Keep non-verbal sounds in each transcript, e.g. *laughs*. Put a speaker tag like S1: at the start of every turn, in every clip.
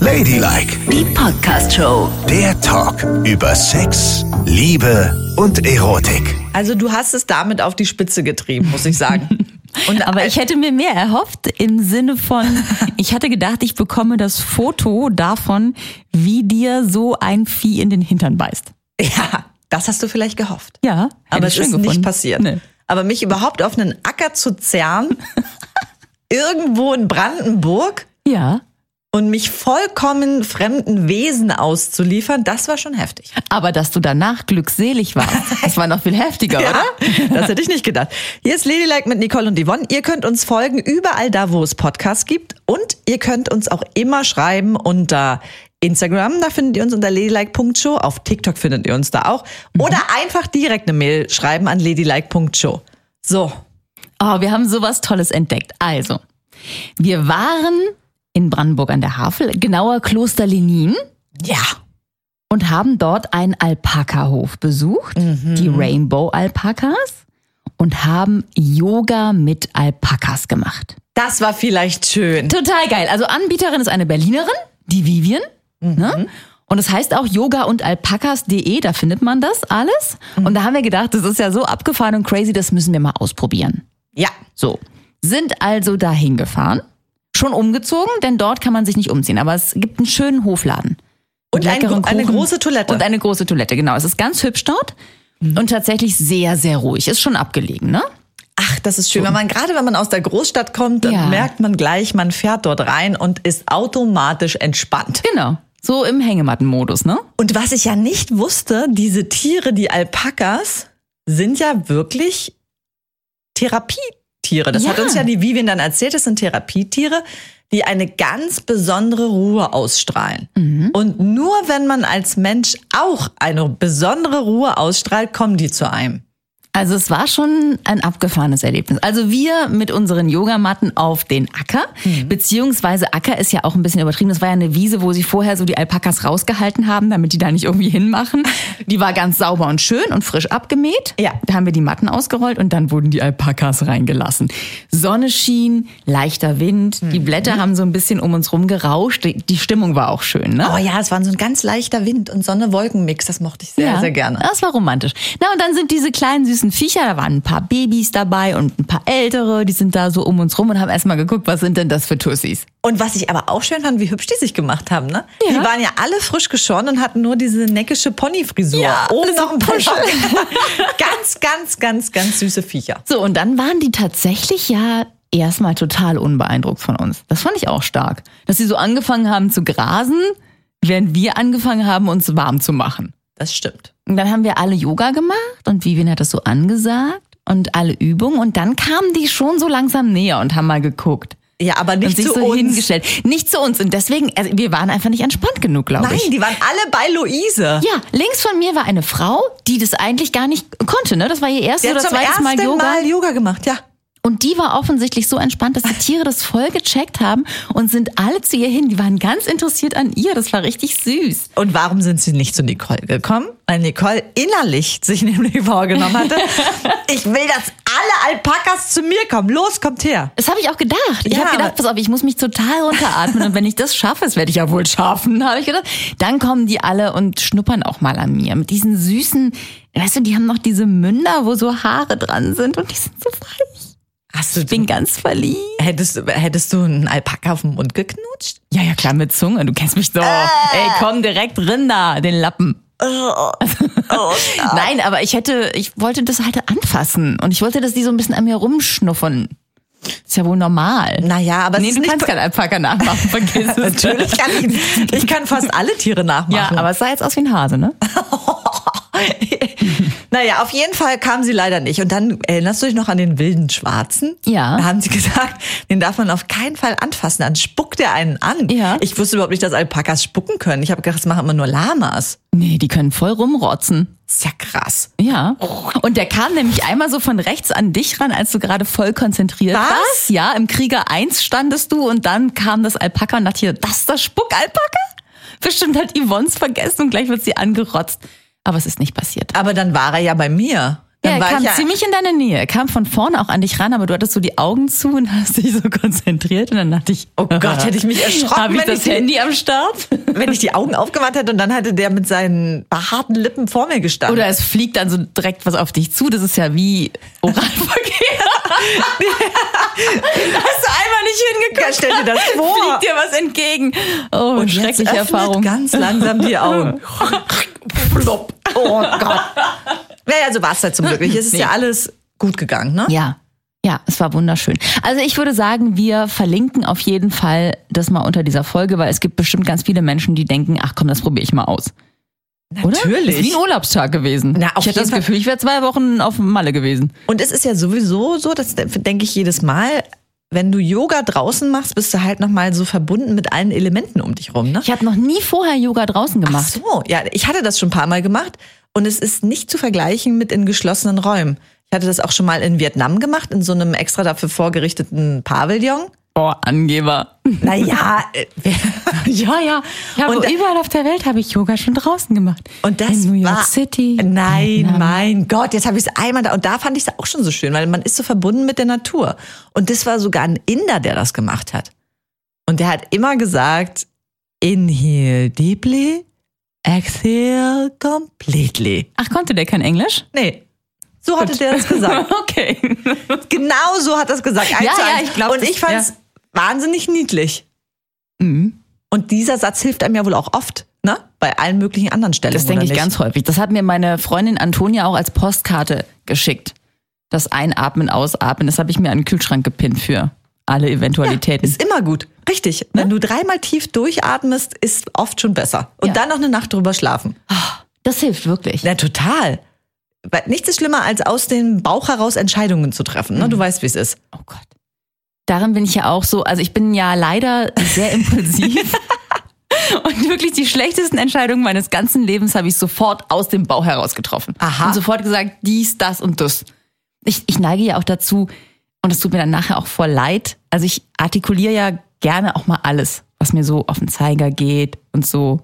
S1: Ladylike,
S2: Die Podcast Show.
S1: der Talk über Sex, Liebe und Erotik.
S3: Also du hast es damit auf die Spitze getrieben, muss ich
S4: *laughs*
S3: sagen. Und
S4: Aber ich hätte mir mehr erhofft im Sinne *laughs* von, ich hatte gedacht, ich bekomme das Foto davon, wie dir so ein Vieh in den Hintern beißt.
S3: *laughs* ja, das hast du vielleicht gehofft.
S4: Ja,
S3: aber
S4: hätte ich
S3: es
S4: schön
S3: ist
S4: gefunden.
S3: nicht passiert.
S4: Nee.
S3: Aber mich überhaupt auf einen Acker
S4: *laughs*
S3: zu zerren, irgendwo in Brandenburg
S4: Ja,
S3: und mich vollkommen fremden Wesen auszuliefern, das war schon heftig.
S4: aber dass du danach glückselig *laughs* warst, das war noch viel heftiger, oder?
S3: Das hätte ich nicht gedacht. Hier ist Ladylike mit Nicole und Yvonne. Ihr könnt uns folgen überall da, wo es Podcasts gibt. Und ihr könnt uns auch immer schreiben unter Instagram. Da findet ihr uns unter ladylike.show. Auf TikTok findet ihr uns da auch. Oder einfach direkt eine Mail schreiben an ladylike.show. So.
S4: Oh, wir haben sowas Tolles entdeckt. Also, wir waren in Brandenburg an der Havel, genauer Kloster Lenin.
S3: Ja.
S4: und haben dort einen Alpakahof besucht, die Rainbow Alpakas, und haben Yoga mit Alpakas gemacht.
S3: Das war vielleicht schön.
S4: Total geil. Also Anbieterin ist eine Berlinerin, die Vivian.
S3: Mhm.
S4: Ne? Und es heißt auch yoga und alpakas.de, da findet man das alles.
S3: Mhm.
S4: Und da haben wir gedacht, das ist ja so abgefahren und crazy, das müssen wir mal ausprobieren.
S3: Ja.
S4: So, sind also dahin gefahren, schon umgezogen, denn dort kann man sich nicht umziehen, aber es gibt einen schönen Hofladen.
S3: Und ein
S4: Leckeren
S3: gro- eine
S4: Kuchen
S3: große Toilette. Mhm.
S4: Und eine große Toilette, genau. Es ist ganz hübsch dort und tatsächlich sehr, sehr ruhig. Ist schon abgelegen, ne?
S3: Ach, das ist schön. Wenn man, gerade wenn man aus der Großstadt kommt, dann
S4: Ja.
S3: merkt man gleich, man fährt dort rein und ist automatisch entspannt.
S4: Genau. So im Hängemattenmodus, ne?
S3: Und was ich ja nicht wusste, diese Tiere, die Alpakas, sind ja wirklich Therapietiere. Das
S4: Ja.
S3: hat uns ja die Vivian dann erzählt, das sind Therapietiere, die eine ganz besondere Ruhe ausstrahlen. Und nur wenn man als Mensch auch eine besondere Ruhe ausstrahlt, kommen die zu einem.
S4: Also es war schon ein abgefahrenes Erlebnis. Also wir mit unseren Yogamatten auf den Acker, beziehungsweise Acker ist ja auch ein bisschen übertrieben. Das war ja eine Wiese, wo sie vorher so die Alpakas rausgehalten haben, damit die da nicht irgendwie hinmachen. Die war ganz sauber und schön und frisch abgemäht.
S3: Ja.
S4: Da haben wir die Matten ausgerollt und dann wurden die Alpakas reingelassen. Sonne schien, leichter Wind, die Blätter haben so ein bisschen um uns rum gerauscht. Die die Stimmung war auch schön, ne?
S3: Oh ja, es war so ein ganz leichter Wind und Sonne-Wolken-Mix, das mochte ich sehr, sehr gerne.
S4: Das war romantisch. Na, und dann sind diese kleinen süßen Viecher, da waren ein paar Babys dabei und ein paar ältere, die sind da so um uns rum und haben erstmal geguckt, was sind denn das für Tussis?
S3: Und was ich aber auch schön fand, wie hübsch die sich gemacht haben, ne?
S4: Ja.
S3: Die waren ja alle frisch geschoren und hatten nur diese neckische Ponyfrisur.
S4: Ja,
S3: Oben
S4: alle so
S3: noch ein Puschel. *laughs* ganz, ganz, ganz, ganz süße Viecher.
S4: So, und dann waren die tatsächlich ja erstmal total unbeeindruckt von uns. Das fand ich auch stark. Dass sie so angefangen haben zu grasen, während wir angefangen haben, uns warm zu machen.
S3: Das stimmt.
S4: Und dann haben wir alle Yoga gemacht und Vivian hat das so angesagt und alle Übungen und dann kamen die schon so langsam näher und haben mal geguckt.
S3: Ja, aber
S4: und
S3: nicht
S4: sich
S3: zu
S4: so
S3: uns.
S4: hingestellt. Nicht zu uns. Und deswegen, also wir waren einfach nicht entspannt genug, glaube
S3: Nein,
S4: ich.
S3: die waren alle bei Luise.
S4: Ja, links von mir war eine Frau, die das eigentlich gar nicht konnte. Ne? Das war ihr erstes
S3: Die hat
S4: oder
S3: zum
S4: zweites
S3: ersten
S4: Mal Yoga.
S3: Mal Yoga gemacht, ja.
S4: Und die war offensichtlich so entspannt, dass
S3: *laughs*
S4: die Tiere das voll gecheckt haben und sind alle zu ihr hin. Die waren ganz interessiert an ihr. Das war richtig süß.
S3: Und warum sind sie nicht zu Nicole gekommen? Weil Nicole innerlich sich *laughs* nämlich
S4: *laughs*
S3: vorgenommen hatte, ich will, dass alle Alpakas zu mir kommen. Los, kommt her.
S4: Das habe ich auch gedacht. Ich
S3: Ja,
S4: habe gedacht,
S3: aber-
S4: pass auf, ich muss mich total runteratmen. und wenn ich das schaffe, das werde ich ja wohl schaffen, habe ich gedacht. Dann kommen die alle und schnuppern auch mal an mir. Mit diesen süßen, weißt du, die haben noch diese Münder, wo so Haare dran sind und die sind so weich.
S3: Hast du
S4: Ich bin ganz verliebt.
S3: Hättest, hättest du einen Alpaka auf den Mund geknutscht?
S4: Ja, ja, klar, mit Zunge. Du kennst mich doch. Ey, komm direkt Rinder, den Lappen. oh, *laughs* Nein, aber ich hätte, ich wollte das halt anfassen und ich wollte, dass die so ein bisschen an mir rumschnuffern. Ist ja wohl normal.
S3: Naja, aber es
S4: nee,
S3: ist
S4: du
S3: nicht
S4: kannst
S3: be-
S4: keinen Alpaka *laughs* nachmachen, vergiss es.
S3: Natürlich
S4: *laughs*
S3: kann ich, ich kann fast alle Tiere
S4: Ja,
S3: nachmachen.
S4: aber es sah jetzt aus wie ein Hase, ne?
S3: naja, auf jeden Fall kam sie leider nicht. Und dann erinnerst du dich noch an den wilden Schwarzen?
S4: Ja.
S3: Da haben sie *laughs* gesagt, den darf man auf keinen Fall anfassen. Dann spuckt er einen an.
S4: Ja.
S3: Ich wusste überhaupt nicht, dass Alpakas spucken können. Ich habe gedacht, das machen immer nur Lamas.
S4: Nee, die können voll rumrotzen.
S3: Ist ja krass.
S4: Ja. Und der kam nämlich einmal so von rechts an dich ran, als du gerade voll konzentriert
S3: Was?
S4: warst. Ja, im Krieger 1 standest du und dann kam das Alpaka und dachte hier, das ist das Spuck-Alpaka? Bestimmt hat Yvonne's vergessen und gleich wird sie angerotzt. Aber es ist nicht passiert.
S3: Aber dann war er ja bei mir.
S4: Ja,
S3: Dann
S4: er
S3: war
S4: kam
S3: ich ja-
S4: ziemlich in deine Nähe. Er kam von vorne auch an dich ran, aber du hattest so die Augen zu und *laughs* hast dich so konzentriert. Und dann dachte ich, oh *laughs*
S3: Gott, hätte ich mich erschrocken,
S4: Habe ich
S3: wenn
S4: das
S3: ich-
S4: Handy am Start?
S3: *laughs* Wenn ich die Augen aufgemacht hätte und dann hatte der mit seinen behaarten Lippen vor mir gestanden.
S4: *laughs* Oder es fliegt dann so direkt was auf dich zu. Das ist ja wie Oralverkehr. da hast du einmal nicht hingeguckt.
S3: Ja, stell dir das *laughs*
S4: *laughs*
S3: vor.
S4: Fliegt dir was entgegen. Oh,
S3: und jetzt
S4: schreckliche
S3: öffnet
S4: Erfahrung.
S3: ganz langsam die Augen. Plopp. Oh Gott. Naja, so war es halt zum Glück. nicht. Es ist
S4: Nee.
S3: ja alles gut gegangen, ne?
S4: Ja. Ja, es war wunderschön. Also ich würde sagen, wir verlinken auf jeden Fall das mal unter dieser Folge, weil es gibt bestimmt ganz viele Menschen, die denken, ach komm, das probiere ich mal aus. Oder? Das ist wie ein Urlaubstag gewesen.
S3: Na, auf
S4: ich hatte
S3: jeden
S4: das
S3: Fall.
S4: Gefühl, ich wäre zwei Wochen auf Malle gewesen.
S3: Und es ist ja sowieso so, das denke ich jedes Mal, wenn du Yoga draußen machst, bist du halt nochmal so verbunden mit allen Elementen um dich rum, ne?
S4: Ich habe noch nie vorher Yoga draußen
S3: Ach
S4: gemacht.
S3: so, ja, ich hatte das schon ein paar Mal gemacht und es ist nicht zu vergleichen mit in geschlossenen Räumen. Ich hatte das auch schon mal in Vietnam gemacht, in so einem extra dafür vorgerichteten Pavillon.
S4: Boah, Oh, Angeber.
S3: Naja, *laughs* äh,
S4: Ja, ja.
S3: Und da-
S4: überall auf der Welt habe ich Yoga schon draußen gemacht.
S3: Und das
S4: In New York
S3: war,
S4: City.
S3: Nein,
S4: Vietnam.
S3: mein Gott, jetzt habe ich es einmal da. Und da fand ich es auch schon so schön, weil man ist so verbunden mit der Natur. Und das war sogar ein Inder, der das gemacht hat. Und der hat immer gesagt, inhale deeply, exhale completely.
S4: Ach, konnte der kein Englisch?
S3: Nee. So hatte der
S4: *laughs*
S3: das gesagt.
S4: Okay.
S3: Genau so hat das gesagt. Eins
S4: Ja,
S3: zu
S4: ja,
S3: eins.
S4: ich glaub,
S3: Und
S4: das-
S3: ich fand es
S4: ja. Mhm.
S3: wahnsinnig niedlich. Und dieser Satz hilft einem ja wohl auch oft, ne? Bei allen möglichen anderen Stellen.
S4: Das denke
S3: oder
S4: ich
S3: nicht?
S4: ganz häufig. Das hat mir meine Freundin Antonia auch als Postkarte geschickt. Das Einatmen, Ausatmen, das habe ich mir an den Kühlschrank gepinnt für alle Eventualitäten.
S3: Ist immer gut. Richtig. Wenn du dreimal tief durchatmest, ist oft schon besser. Und
S4: Ja.
S3: dann noch eine Nacht drüber schlafen.
S4: das hilft wirklich.
S3: Na, total. Weil nichts ist schlimmer, als aus dem Bauch heraus Entscheidungen zu treffen. Ne? Du weißt, wie es ist.
S4: Oh Gott. Darin bin ich ja auch so, also ich bin ja leider sehr
S3: *laughs*
S4: impulsiv. Und wirklich die schlechtesten Entscheidungen meines ganzen Lebens habe ich sofort aus dem Bauch heraus getroffen.
S3: Aha.
S4: Und sofort gesagt, dies, das und das. Ich, ich neige ja auch dazu, und das tut mir dann nachher auch voll leid, also ich artikuliere ja gerne auch mal alles, was mir so auf den Zeiger geht und so.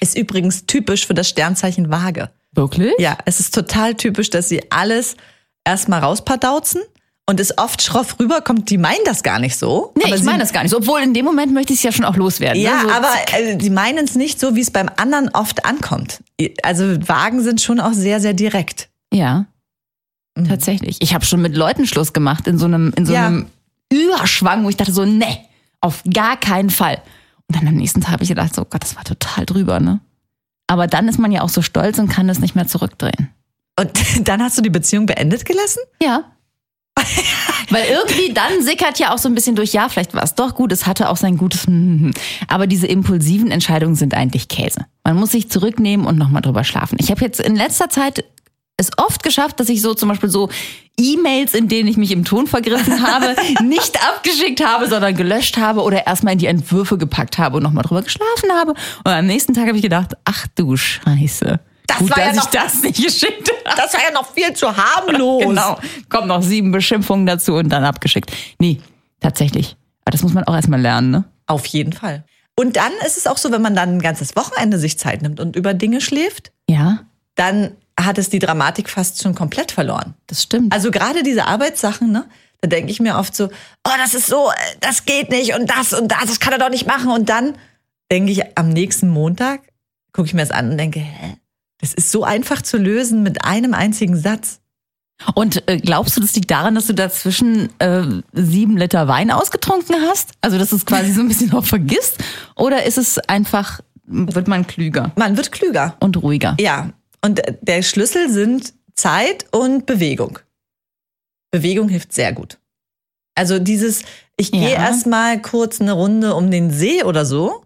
S3: Ist übrigens typisch für das Sternzeichen Waage.
S4: Wirklich? Ja.
S3: Ja, es ist total typisch, dass sie alles erstmal rauspardauzen und ist oft schroff rüber, kommt, die meinen das gar nicht so.
S4: Nee,
S3: aber
S4: ich
S3: sie-
S4: meine das gar nicht. so. Obwohl in dem Moment möchte ich es ja schon auch loswerden. ne?
S3: Ja,
S4: so,
S3: aber äh, die meinen es nicht so, wie es beim anderen oft ankommt. Also Wagen sind schon auch sehr, sehr direkt.
S4: Ja. Tatsächlich. Ich habe schon mit Leuten Schluss gemacht in so einem, in so
S3: Ja.
S4: einem Überschwang, wo ich dachte so, nee, auf gar keinen Fall. Und dann am nächsten Tag habe ich gedacht, so oh Gott, das war total drüber, ne? Aber dann ist man ja auch so stolz und kann das nicht mehr zurückdrehen.
S3: Und *laughs* dann hast du die Beziehung beendet gelassen?
S4: Ja. *laughs* Weil irgendwie dann sickert ja auch so ein bisschen durch, ja, vielleicht war es doch gut, es hatte auch sein gutes. Aber diese impulsiven Entscheidungen sind eigentlich Käse. Man muss sich zurücknehmen und nochmal drüber schlafen. Ich habe jetzt in letzter Zeit es oft geschafft, dass ich so zum Beispiel so E-Mails, in denen ich mich im Ton vergriffen
S3: *laughs*
S4: habe, nicht abgeschickt habe, sondern gelöscht habe oder erstmal in die Entwürfe gepackt habe und nochmal drüber geschlafen habe. Und am nächsten Tag habe ich gedacht, ach du Scheiße.
S3: Das
S4: gut,
S3: war ja
S4: dass
S3: noch-
S4: ich das nicht geschickt habe.
S3: Das war ja noch viel zu harmlos.
S4: Genau. Kommen noch sieben Beschimpfungen dazu und dann abgeschickt. Nee, tatsächlich. Aber das muss man auch erstmal lernen, ne?
S3: Auf jeden Fall. Und dann ist es auch so, wenn man dann ein ganzes Wochenende sich Zeit nimmt und über Dinge schläft,
S4: Ja,
S3: dann hat es die Dramatik fast schon komplett verloren.
S4: das stimmt.
S3: Also gerade diese Arbeitssachen, ne? Da denke ich mir oft so, oh, das ist so, äh, das geht nicht und das und das, das kann er doch nicht machen. Und dann denke ich am nächsten Montag, gucke ich mir das an und denke, hä? Das ist so einfach zu lösen mit einem einzigen Satz.
S4: und äh, glaubst du, das liegt daran, dass du dazwischen äh, sieben Liter Wein ausgetrunken hast? Also, dass du es quasi so ein bisschen auch vergisst? Oder ist es einfach, wird man klüger
S3: Man wird klüger.
S4: und ruhiger?
S3: Ja, und äh, der Schlüssel sind Zeit und Bewegung. Bewegung hilft sehr gut. Also dieses, ich gehe
S4: Ja.
S3: erstmal kurz eine Runde um den See oder so,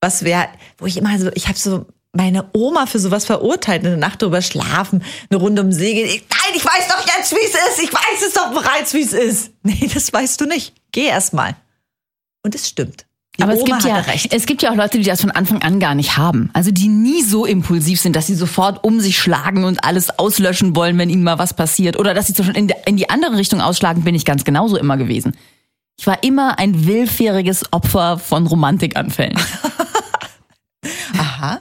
S3: was wäre, wo ich immer so, ich habe so meine Oma für sowas verurteilt, eine Nacht drüber schlafen, eine Runde um den See gehen. Ich, nein, ich weiß doch jetzt, wie es ist. Ich weiß es doch bereits, wie es ist. *laughs* Nee, das weißt du nicht. Geh erstmal. Und es stimmt. Die
S4: Aber
S3: Oma
S4: es gibt, ja,
S3: hatte
S4: *laughs*
S3: recht.
S4: es gibt ja auch Leute, die das von Anfang an gar nicht haben. Also die nie so impulsiv sind, dass sie sofort um sich schlagen und alles auslöschen wollen, wenn ihnen mal was passiert. Oder dass sie zum Beispiel in, der- in die andere Richtung ausschlagen, bin ich ganz genauso immer gewesen. Ich war immer ein willfähriges Opfer von Romantikanfällen.
S3: Aha,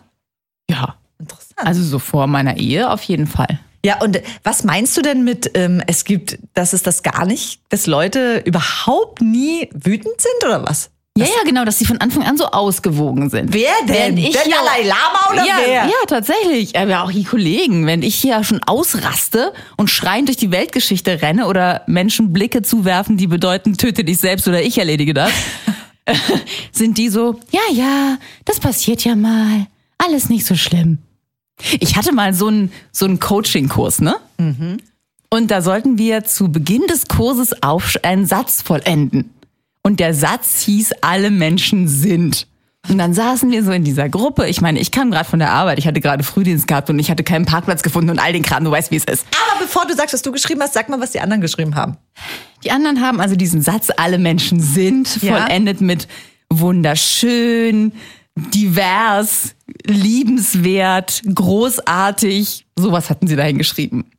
S4: ja.
S3: interessant.
S4: Also so vor meiner Ehe auf jeden Fall.
S3: Ja, und was meinst du denn mit, ähm, es gibt, dass es das gar nicht, dass Leute überhaupt nie wütend sind oder was?
S4: Ja, ja, genau, dass sie von Anfang an so ausgewogen sind.
S3: Wer
S4: Wenn
S3: denn?
S4: ich
S3: Der
S4: ja-
S3: Dalai Lama oder
S4: ja,
S3: wer?
S4: Ja, tatsächlich. Aber auch die Kollegen. Wenn ich hier schon ausraste und schreiend durch die Weltgeschichte renne oder Menschen Blicke zuwerfen, die bedeuten, töte dich selbst oder ich erledige das, *laughs* äh, sind die so, ja, ja, das passiert ja mal. Alles nicht so schlimm. Ich hatte mal so einen so einen Coaching-Kurs, ne?
S3: Mhm.
S4: Und da sollten wir zu Beginn des Kurses auf einen Satz vollenden. Und der Satz hieß, alle Menschen sind. Und dann saßen wir so in dieser Gruppe. Ich meine, ich kam gerade von der Arbeit, ich hatte gerade Frühdienst gehabt und ich hatte keinen Parkplatz gefunden und all den Kram, du weißt, wie es ist.
S3: Aber bevor du sagst, was du geschrieben hast, sag mal, was die anderen geschrieben haben.
S4: Die anderen haben also diesen Satz, alle Menschen sind,
S3: Ja.
S4: vollendet mit wunderschön, divers, liebenswert, großartig. Sowas hatten sie dahin geschrieben.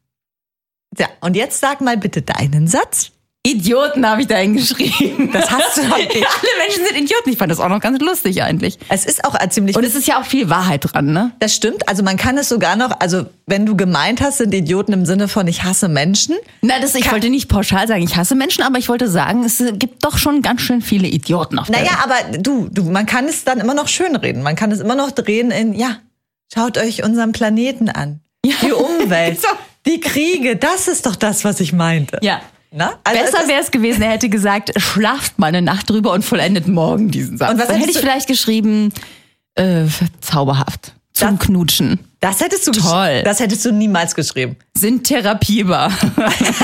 S3: Ja, und jetzt sag mal bitte deinen Satz.
S4: Idioten habe ich dahin geschrieben. *laughs*
S3: Das hast du doch
S4: alle
S3: nicht.
S4: Menschen sind Idioten. Ich fand das auch noch ganz lustig eigentlich.
S3: Es ist auch ziemlich.
S4: Und es ist ja auch viel Wahrheit dran, ne?
S3: das stimmt. Also man kann es sogar noch. Also wenn du gemeint hast, sind Idioten im Sinne von ich hasse Menschen.
S4: Na, das, ich wollte nicht pauschal sagen, ich hasse Menschen, aber ich wollte sagen, es gibt doch schon ganz schön viele Idioten auf der
S3: Naja,
S4: Welt.
S3: aber du, du, man kann es dann immer noch schön reden. Man kann es immer noch drehen in ja. Schaut euch unseren Planeten an. Die Umwelt,
S4: *laughs* So.
S3: die Kriege. Das ist doch das, was ich meinte.
S4: Ja.
S3: Na? Also es
S4: Besser
S3: ist-
S4: wäre es gewesen, er hätte gesagt, schlaft mal eine Nacht drüber und vollendet morgen diesen Satz.
S3: Und was
S4: Dann hätte ich
S3: hättest du-
S4: vielleicht geschrieben, äh, zauberhaft, zum Knutschen,
S3: Das hättest du gesch-
S4: Toll.
S3: Das hättest du niemals geschrieben.
S4: sind therapierbar.
S3: *laughs*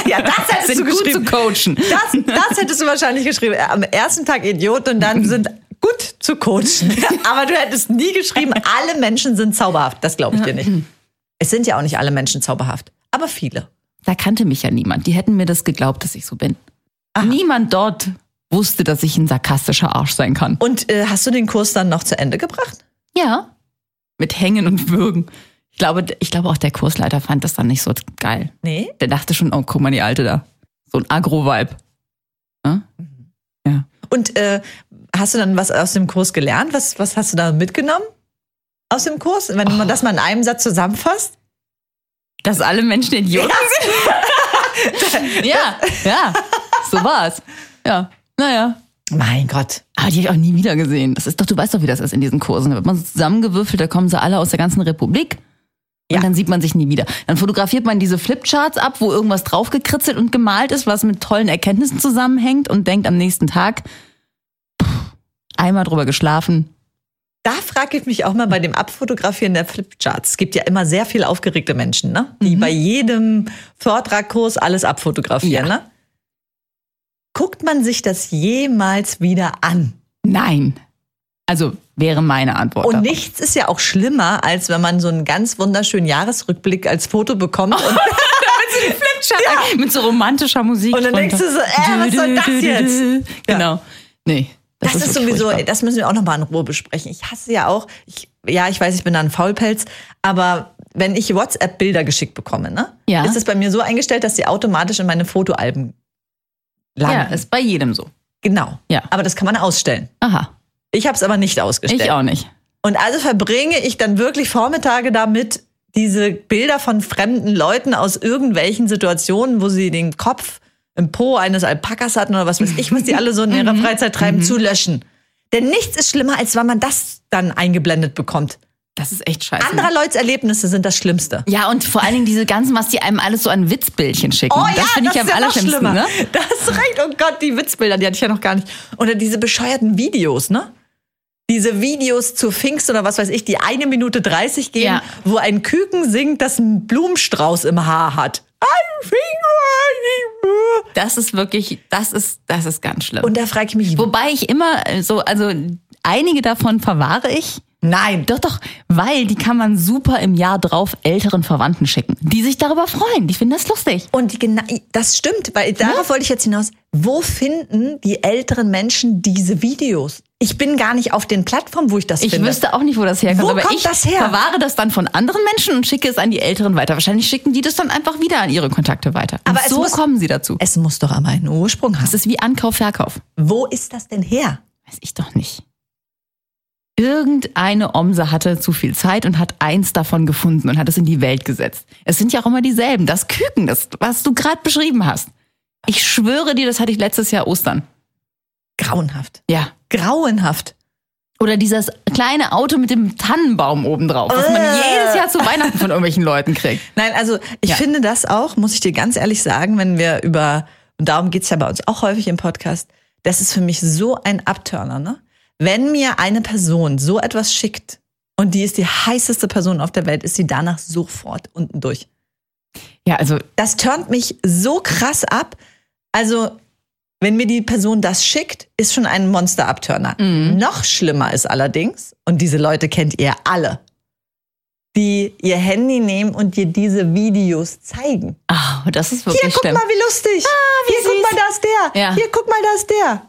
S3: Ja, das hättest
S4: sind
S3: du
S4: gut zu
S3: geschrieben.
S4: coachen.
S3: Das, das hättest du wahrscheinlich geschrieben. Am ersten Tag Idiot und dann sind gut
S4: *laughs*
S3: zu coachen. Aber du hättest nie geschrieben, alle Menschen sind zauberhaft. Das glaube ich dir nicht. Es sind ja auch nicht alle Menschen zauberhaft, aber viele.
S4: Da kannte mich ja niemand. Die hätten mir das geglaubt, dass ich so bin. Niemand dort wusste, dass ich ein sarkastischer Arsch sein kann.
S3: Und äh, hast du den Kurs dann noch zu Ende gebracht?
S4: Ja. Mit Hängen und Würgen. Ich glaube, ich glaube auch der Kursleiter fand das dann nicht so geil.
S3: Nee.
S4: Der dachte schon, oh, guck mal, die Alte da. So ein Agro-Vibe. Ja? Ja.
S3: Und äh, hast du dann was aus dem Kurs gelernt? Was, was hast du da mitgenommen aus dem Kurs? Wenn
S4: Oh.
S3: man das mal in einem Satz zusammenfasst?
S4: Dass alle Menschen Idioten sind? *laughs* ja, ja. So war's. Ja. Naja.
S3: Mein Gott.
S4: Aber die habe ich auch nie wieder gesehen. Das ist doch, du weißt doch, wie das ist in diesen Kursen. Da wird man so zusammengewürfelt, da kommen sie alle aus der ganzen Republik. Und
S3: Ja.
S4: dann sieht man sich nie wieder. Dann fotografiert man diese Flipcharts ab, wo irgendwas draufgekritzelt und gemalt ist, was mit tollen Erkenntnissen zusammenhängt und denkt am nächsten Tag, pff, einmal drüber geschlafen.
S3: Da frage ich mich auch mal bei dem Abfotografieren der Flipcharts. Es gibt ja immer sehr viele aufgeregte Menschen, ne? die
S4: Mhm.
S3: bei jedem Vortragkurs alles abfotografieren.
S4: Ja.
S3: Ne? Guckt man sich das jemals wieder an?
S4: Nein. Also wäre meine Antwort.
S3: Und
S4: darauf.
S3: nichts ist ja auch schlimmer, als wenn man so einen ganz wunderschönen Jahresrückblick als Foto
S4: *laughs*
S3: bekommt. Und, *laughs*
S4: Ja. *laughs* Mit so romantischer Musik.
S3: Und dann
S4: drunter.
S3: denkst du so, äh, was soll das jetzt?
S4: Genau. Nee.
S3: das, ist
S4: wirklich
S3: sowieso,
S4: furchtbar.
S3: das müssen wir auch nochmal in Ruhe besprechen. Ich hasse ja auch, ich, ja, ich weiß, ich bin da ein Faulpelz, aber wenn ich WhatsApp-Bilder geschickt bekomme, ne?
S4: Ja.
S3: ist es bei mir so eingestellt, dass sie automatisch in meine Fotoalben
S4: Ja,
S3: landen.
S4: ist bei jedem so.
S3: Genau.
S4: Ja.
S3: Aber das kann man ausstellen.
S4: Aha.
S3: Ich habe es aber nicht ausgestellt.
S4: Ich auch nicht.
S3: Und also verbringe ich dann wirklich Vormittage damit, diese Bilder von fremden Leuten aus irgendwelchen Situationen, wo sie den Kopf im Po eines Alpakas hatten oder was weiß ich, was die alle so in ihrer Freizeit treiben, zu löschen. Denn nichts ist schlimmer, als wenn man das dann eingeblendet bekommt.
S4: Das ist echt scheiße.
S3: Anderer Leuts Erlebnisse sind das Schlimmste.
S4: ja, und vor allen Dingen diese ganzen, was die einem alles so an Witzbildchen schicken.
S3: Oh
S4: das
S3: ja,
S4: finde ich
S3: das
S4: am
S3: ist ja noch
S4: allerschlimmsten,
S3: schlimmer.
S4: ne?
S3: Das *laughs* ist recht. Oh Gott, die Witzbilder, die hatte ich ja noch gar nicht. Oder diese bescheuerten Videos, ne? Diese Videos zu Pfingst oder was weiß ich, die eine Minute 30 gehen,
S4: Ja.
S3: wo ein Küken singt, das einen Blumenstrauß im Haar hat. Ein Finger.
S4: Das ist wirklich, das ist, das ist ganz schlimm.
S3: Und da frage ich mich,
S4: Wobei ich immer äh, so, also einige davon verwahre ich.
S3: nein,
S4: Doch, doch, weil die kann man super im Jahr drauf älteren Verwandten schicken, die sich darüber freuen. Die finden das lustig.
S3: Und genau, das stimmt, weil darauf wollte ich jetzt hinaus. Wo finden die älteren Menschen diese Videos? Ich bin gar nicht auf den Plattformen, wo ich das
S4: Ich
S3: finde.
S4: wüsste auch nicht, wo das herkommt,
S3: Wo
S4: aber
S3: kommt
S4: ich
S3: das her?
S4: verwahre das dann von anderen Menschen und schicke es an die Älteren weiter. Wahrscheinlich schicken die das dann einfach wieder an ihre Kontakte weiter. Und
S3: Aber es
S4: so
S3: muss-
S4: kommen sie dazu.
S3: es muss doch einmal einen Ursprung haben.
S4: Es ist wie Ankauf, Verkauf.
S3: Wo ist das denn her?
S4: Weiß ich doch nicht. Irgendeine Omse hatte zu viel Zeit und hat eins davon gefunden und hat es in die Welt gesetzt. Es sind ja auch immer dieselben. Das Küken, das, was du gerade beschrieben hast. Ich schwöre dir, das hatte ich letztes Jahr Ostern.
S3: Grauenhaft.
S4: Ja.
S3: Grauenhaft.
S4: Oder dieses kleine Auto mit dem Tannenbaum obendrauf, was
S3: Ah.
S4: man jedes Jahr zu Weihnachten von irgendwelchen Leuten kriegt.
S3: Nein, also ich
S4: Ja.
S3: finde das auch, muss ich dir ganz ehrlich sagen, wenn wir über, und darum geht's ja bei uns auch häufig im Podcast, das ist für mich so ein Abturner, ne? Wenn mir eine Person so etwas schickt und die ist die heißeste Person auf der Welt, ist sie danach sofort unten durch.
S4: Ja, also
S3: Das turnt mich so krass ab. Also, wenn mir die Person das schickt, ist schon ein Monster-Abturner. Noch schlimmer ist allerdings, und diese Leute kennt ihr alle, die ihr Handy nehmen und dir diese Videos zeigen.
S4: Ah, das ist wirklich
S3: Hier, guck
S4: schlimm.
S3: mal, Ah, wie lustig. Hier, guck mal, da ist der.
S4: Ja.
S3: Hier, guck mal, da ist der.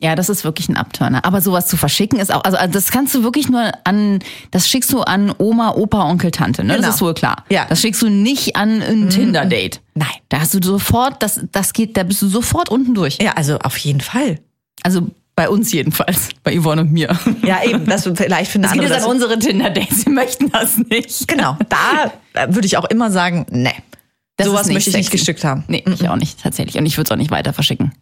S4: Ja, das ist wirklich ein Abturner. Aber sowas zu verschicken ist auch, also also das kannst du wirklich nur an, das schickst du an Oma, Opa, Onkel, Tante, ne?
S3: Genau.
S4: Das ist wohl klar.
S3: Ja. Mhm.
S4: Das schickst du nicht an ein Tinder-Date.
S3: Nein.
S4: Da hast du sofort, das, das geht, da bist du sofort unten durch.
S3: Ja, also auf jeden Fall.
S4: Also bei uns jedenfalls, bei Yvonne und mir.
S3: Ja, eben, das vielleicht für eine
S4: Das geht
S3: andere
S4: jetzt an
S3: das-
S4: unsere Tinder-Dates, wir möchten das nicht.
S3: Genau, da äh, würde ich auch immer sagen, nee.
S4: Das
S3: Sowas
S4: ist nicht
S3: möchte ich nicht
S4: sexy.
S3: geschickt haben. Mhm.
S4: Nee, ich auch nicht, tatsächlich. Und ich würde es auch nicht weiter verschicken.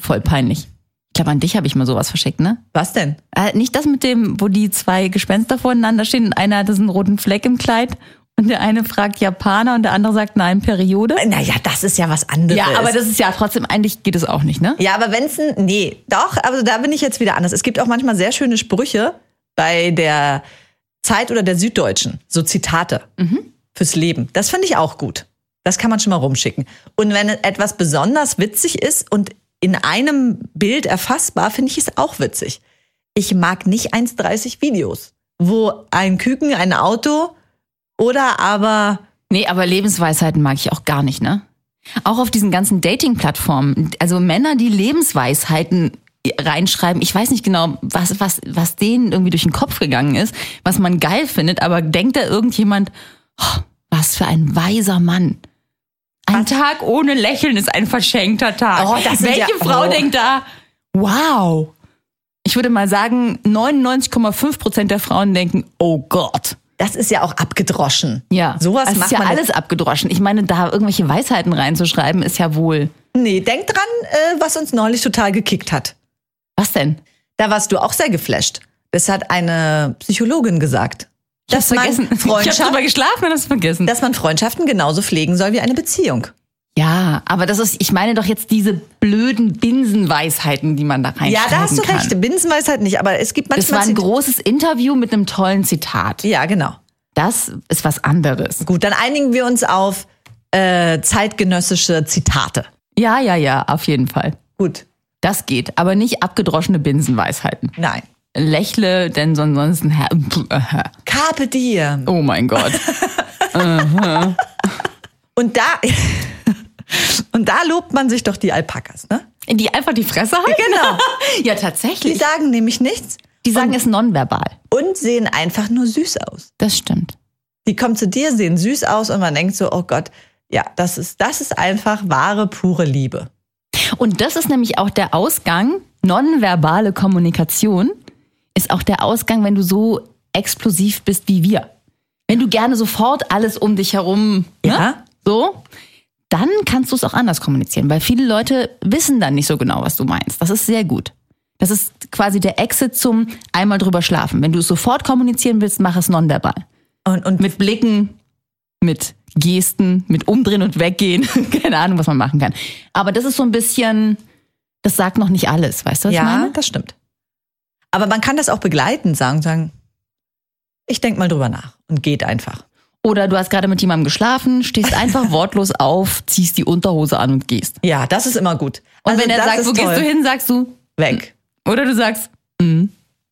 S4: Voll peinlich. Ich glaube, an dich habe ich mal sowas verschickt, ne?
S3: Was denn?
S4: Äh, nicht das mit dem, wo die zwei Gespenster voreinander stehen und einer hat diesen roten Fleck im Kleid und der eine fragt Japaner und der andere sagt nein, Periode.
S3: Naja, das ist ja was anderes.
S4: Ja, aber das ist ja trotzdem, eigentlich geht es auch nicht, ne?
S3: Ja, aber wenn's ein. Nee, doch, also da bin ich jetzt wieder anders. Es gibt auch manchmal sehr schöne Sprüche bei der Zeit oder der Süddeutschen. So Zitate
S4: Mhm.
S3: fürs Leben. Das finde ich auch gut. Das kann man schon mal rumschicken. Und wenn etwas besonders witzig ist und in einem Bild erfassbar, finde ich es auch witzig. Ich mag nicht 1,30 Videos, wo ein Küken, ein Auto oder aber.
S4: Nee, aber Lebensweisheiten mag ich auch gar nicht, ne? Auch auf diesen ganzen Dating-Plattformen. Also Männer, die Lebensweisheiten reinschreiben. Ich weiß nicht genau, was, was, was denen irgendwie durch den Kopf gegangen ist, was man geil findet, aber denkt da irgendjemand, oh, was für ein weiser Mann. Ein Tag ohne Lächeln ist ein verschenkter Tag.
S3: Oh, das sind
S4: Welche
S3: ja-
S4: Frau
S3: oh.
S4: denkt da, wow. Ich würde mal sagen, 99,5 Prozent der Frauen denken, oh Gott.
S3: Das ist ja auch abgedroschen.
S4: Ja.
S3: Sowas
S4: also
S3: macht
S4: ist ja
S3: man
S4: alles abgedroschen. Ich meine, da irgendwelche Weisheiten reinzuschreiben, ist ja wohl.
S3: Nee, denk dran, äh, was uns neulich total gekickt hat.
S4: Was denn?
S3: Da warst du auch sehr geflasht. Das hat eine Psychologin gesagt.
S4: Ich hab's
S3: Dass man,
S4: vergessen. *laughs* Ich hab
S3: Freundschaft,
S4: drüber geschlafen und hab's vergessen.
S3: dass man Freundschaften genauso pflegen soll wie eine Beziehung.
S4: ja, aber das ist, ich meine doch jetzt diese blöden Binsenweisheiten, die man da reinschreiben
S3: ja, da hast du
S4: kann.
S3: recht. Binsenweisheit nicht, aber es gibt
S4: Das
S3: manchmal.
S4: war ein
S3: Zit-
S4: großes Interview mit einem tollen Zitat.
S3: ja, genau.
S4: Das ist was anderes.
S3: Gut, dann einigen wir uns auf äh, zeitgenössische Zitate.
S4: Ja, ja, ja, auf jeden Fall.
S3: Gut,
S4: Das geht, aber nicht abgedroschene Binsenweisheiten.
S3: nein.
S4: Lächle, denn son- sonst *laughs*
S3: Carpe diem.
S4: Oh mein
S3: *laughs*
S4: Gott.
S3: Und da. *laughs* Und da lobt man sich doch die Alpakas, ne?
S4: Die einfach die Fresse halten?
S3: Genau.
S4: ja, *laughs*
S3: Die
S4: tatsächlich.
S3: sagen nämlich nichts
S4: Die sagen es nonverbal.
S3: und sehen einfach nur süß aus.
S4: Das stimmt.
S3: die kommen zu dir, sehen süß aus und man denkt so, oh Gott, ja, das ist, das ist einfach wahre, pure Liebe.
S4: Und das ist nämlich auch der Ausgang. Nonverbale Kommunikation ist auch der Ausgang, wenn du so explosiv bist wie wir. Wenn du gerne sofort alles um dich herum,
S3: Ja.
S4: ne? so, dann kannst du es auch anders kommunizieren, weil viele Leute wissen dann nicht so genau, was du meinst. Das ist sehr gut. Das ist quasi der Exit zum einmal drüber schlafen. Wenn du es sofort kommunizieren willst, mach es nonverbal.
S3: Und, und
S4: mit Blicken, mit Gesten, mit Umdrehen und Weggehen. *laughs* Keine Ahnung, was man machen kann. Aber das ist so ein bisschen, das sagt noch nicht alles, weißt du, was ich
S3: ja,
S4: meine?
S3: das stimmt. Aber man kann das auch begleitend sagen, sagen, ich denk mal drüber nach und geht einfach.
S4: Oder du hast gerade mit jemandem geschlafen, stehst einfach *laughs* wortlos auf, ziehst die Unterhose an und gehst.
S3: Ja, das ist immer gut.
S4: Und
S3: Also
S4: wenn er
S3: das
S4: sagt,
S3: ist
S4: wo
S3: toll.
S4: gehst du hin, sagst du,
S3: Weg.
S4: oder du sagst,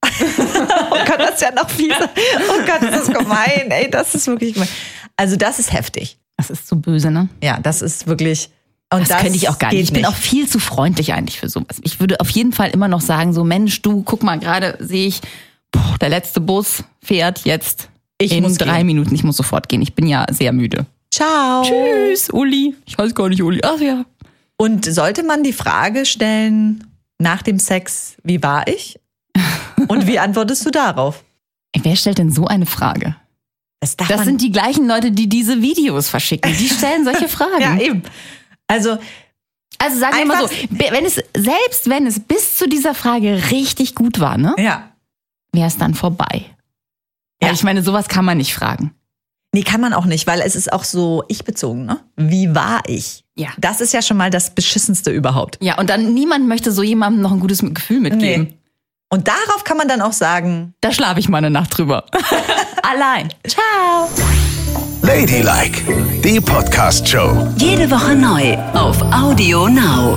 S3: Oh Gott, das ist ja noch fieser. Oh Gott, das ist gemein. Ey, das ist wirklich gemein. Also das ist heftig.
S4: das ist zu böse, ne?
S3: Ja, das ist wirklich. Und
S4: Das, könnte ich auch gar
S3: geht
S4: nicht. Ich bin auch viel zu freundlich eigentlich für sowas. Ich würde auf jeden Fall immer noch sagen, so Mensch, du, guck mal, gerade sehe ich, boah, der letzte Bus fährt jetzt
S3: Ich
S4: in
S3: muss
S4: drei
S3: gehen.
S4: Minuten. Ich muss sofort gehen. Ich bin ja sehr müde.
S3: Ciao.
S4: Tschüss, Uli. Ich heiße gar nicht Uli. Ach ja.
S3: *laughs* Und sollte man die Frage stellen nach dem Sex, wie war ich? Und wie antwortest du darauf?
S4: Wer stellt denn so eine Frage?
S3: Das, darf
S4: Das sind die gleichen Leute, die diese Videos verschicken. Die stellen
S3: *laughs*
S4: solche Fragen.
S3: ja eben. Also
S4: Also sagen wir mal so,
S3: Einfach-
S4: be- wenn es, selbst wenn es bis zu dieser Frage richtig gut war, ne,
S3: ja,
S4: wäre es dann vorbei. Weil
S3: Ja.
S4: ich meine, sowas kann man nicht fragen.
S3: nee, kann man auch nicht, weil es ist auch so ich bezogen. Ne? Wie war ich?
S4: Ja.
S3: Das ist ja schon mal das beschissenste überhaupt.
S4: Ja, und dann niemand möchte so jemandem noch ein gutes Gefühl mitgeben.
S3: Nee. Und darauf kann man dann auch sagen,
S4: Da schlafe ich mal eine Nacht drüber. Allein. Ciao.
S1: Ladylike, die Podcast-Show.
S2: Jede Woche neu auf Audio Now.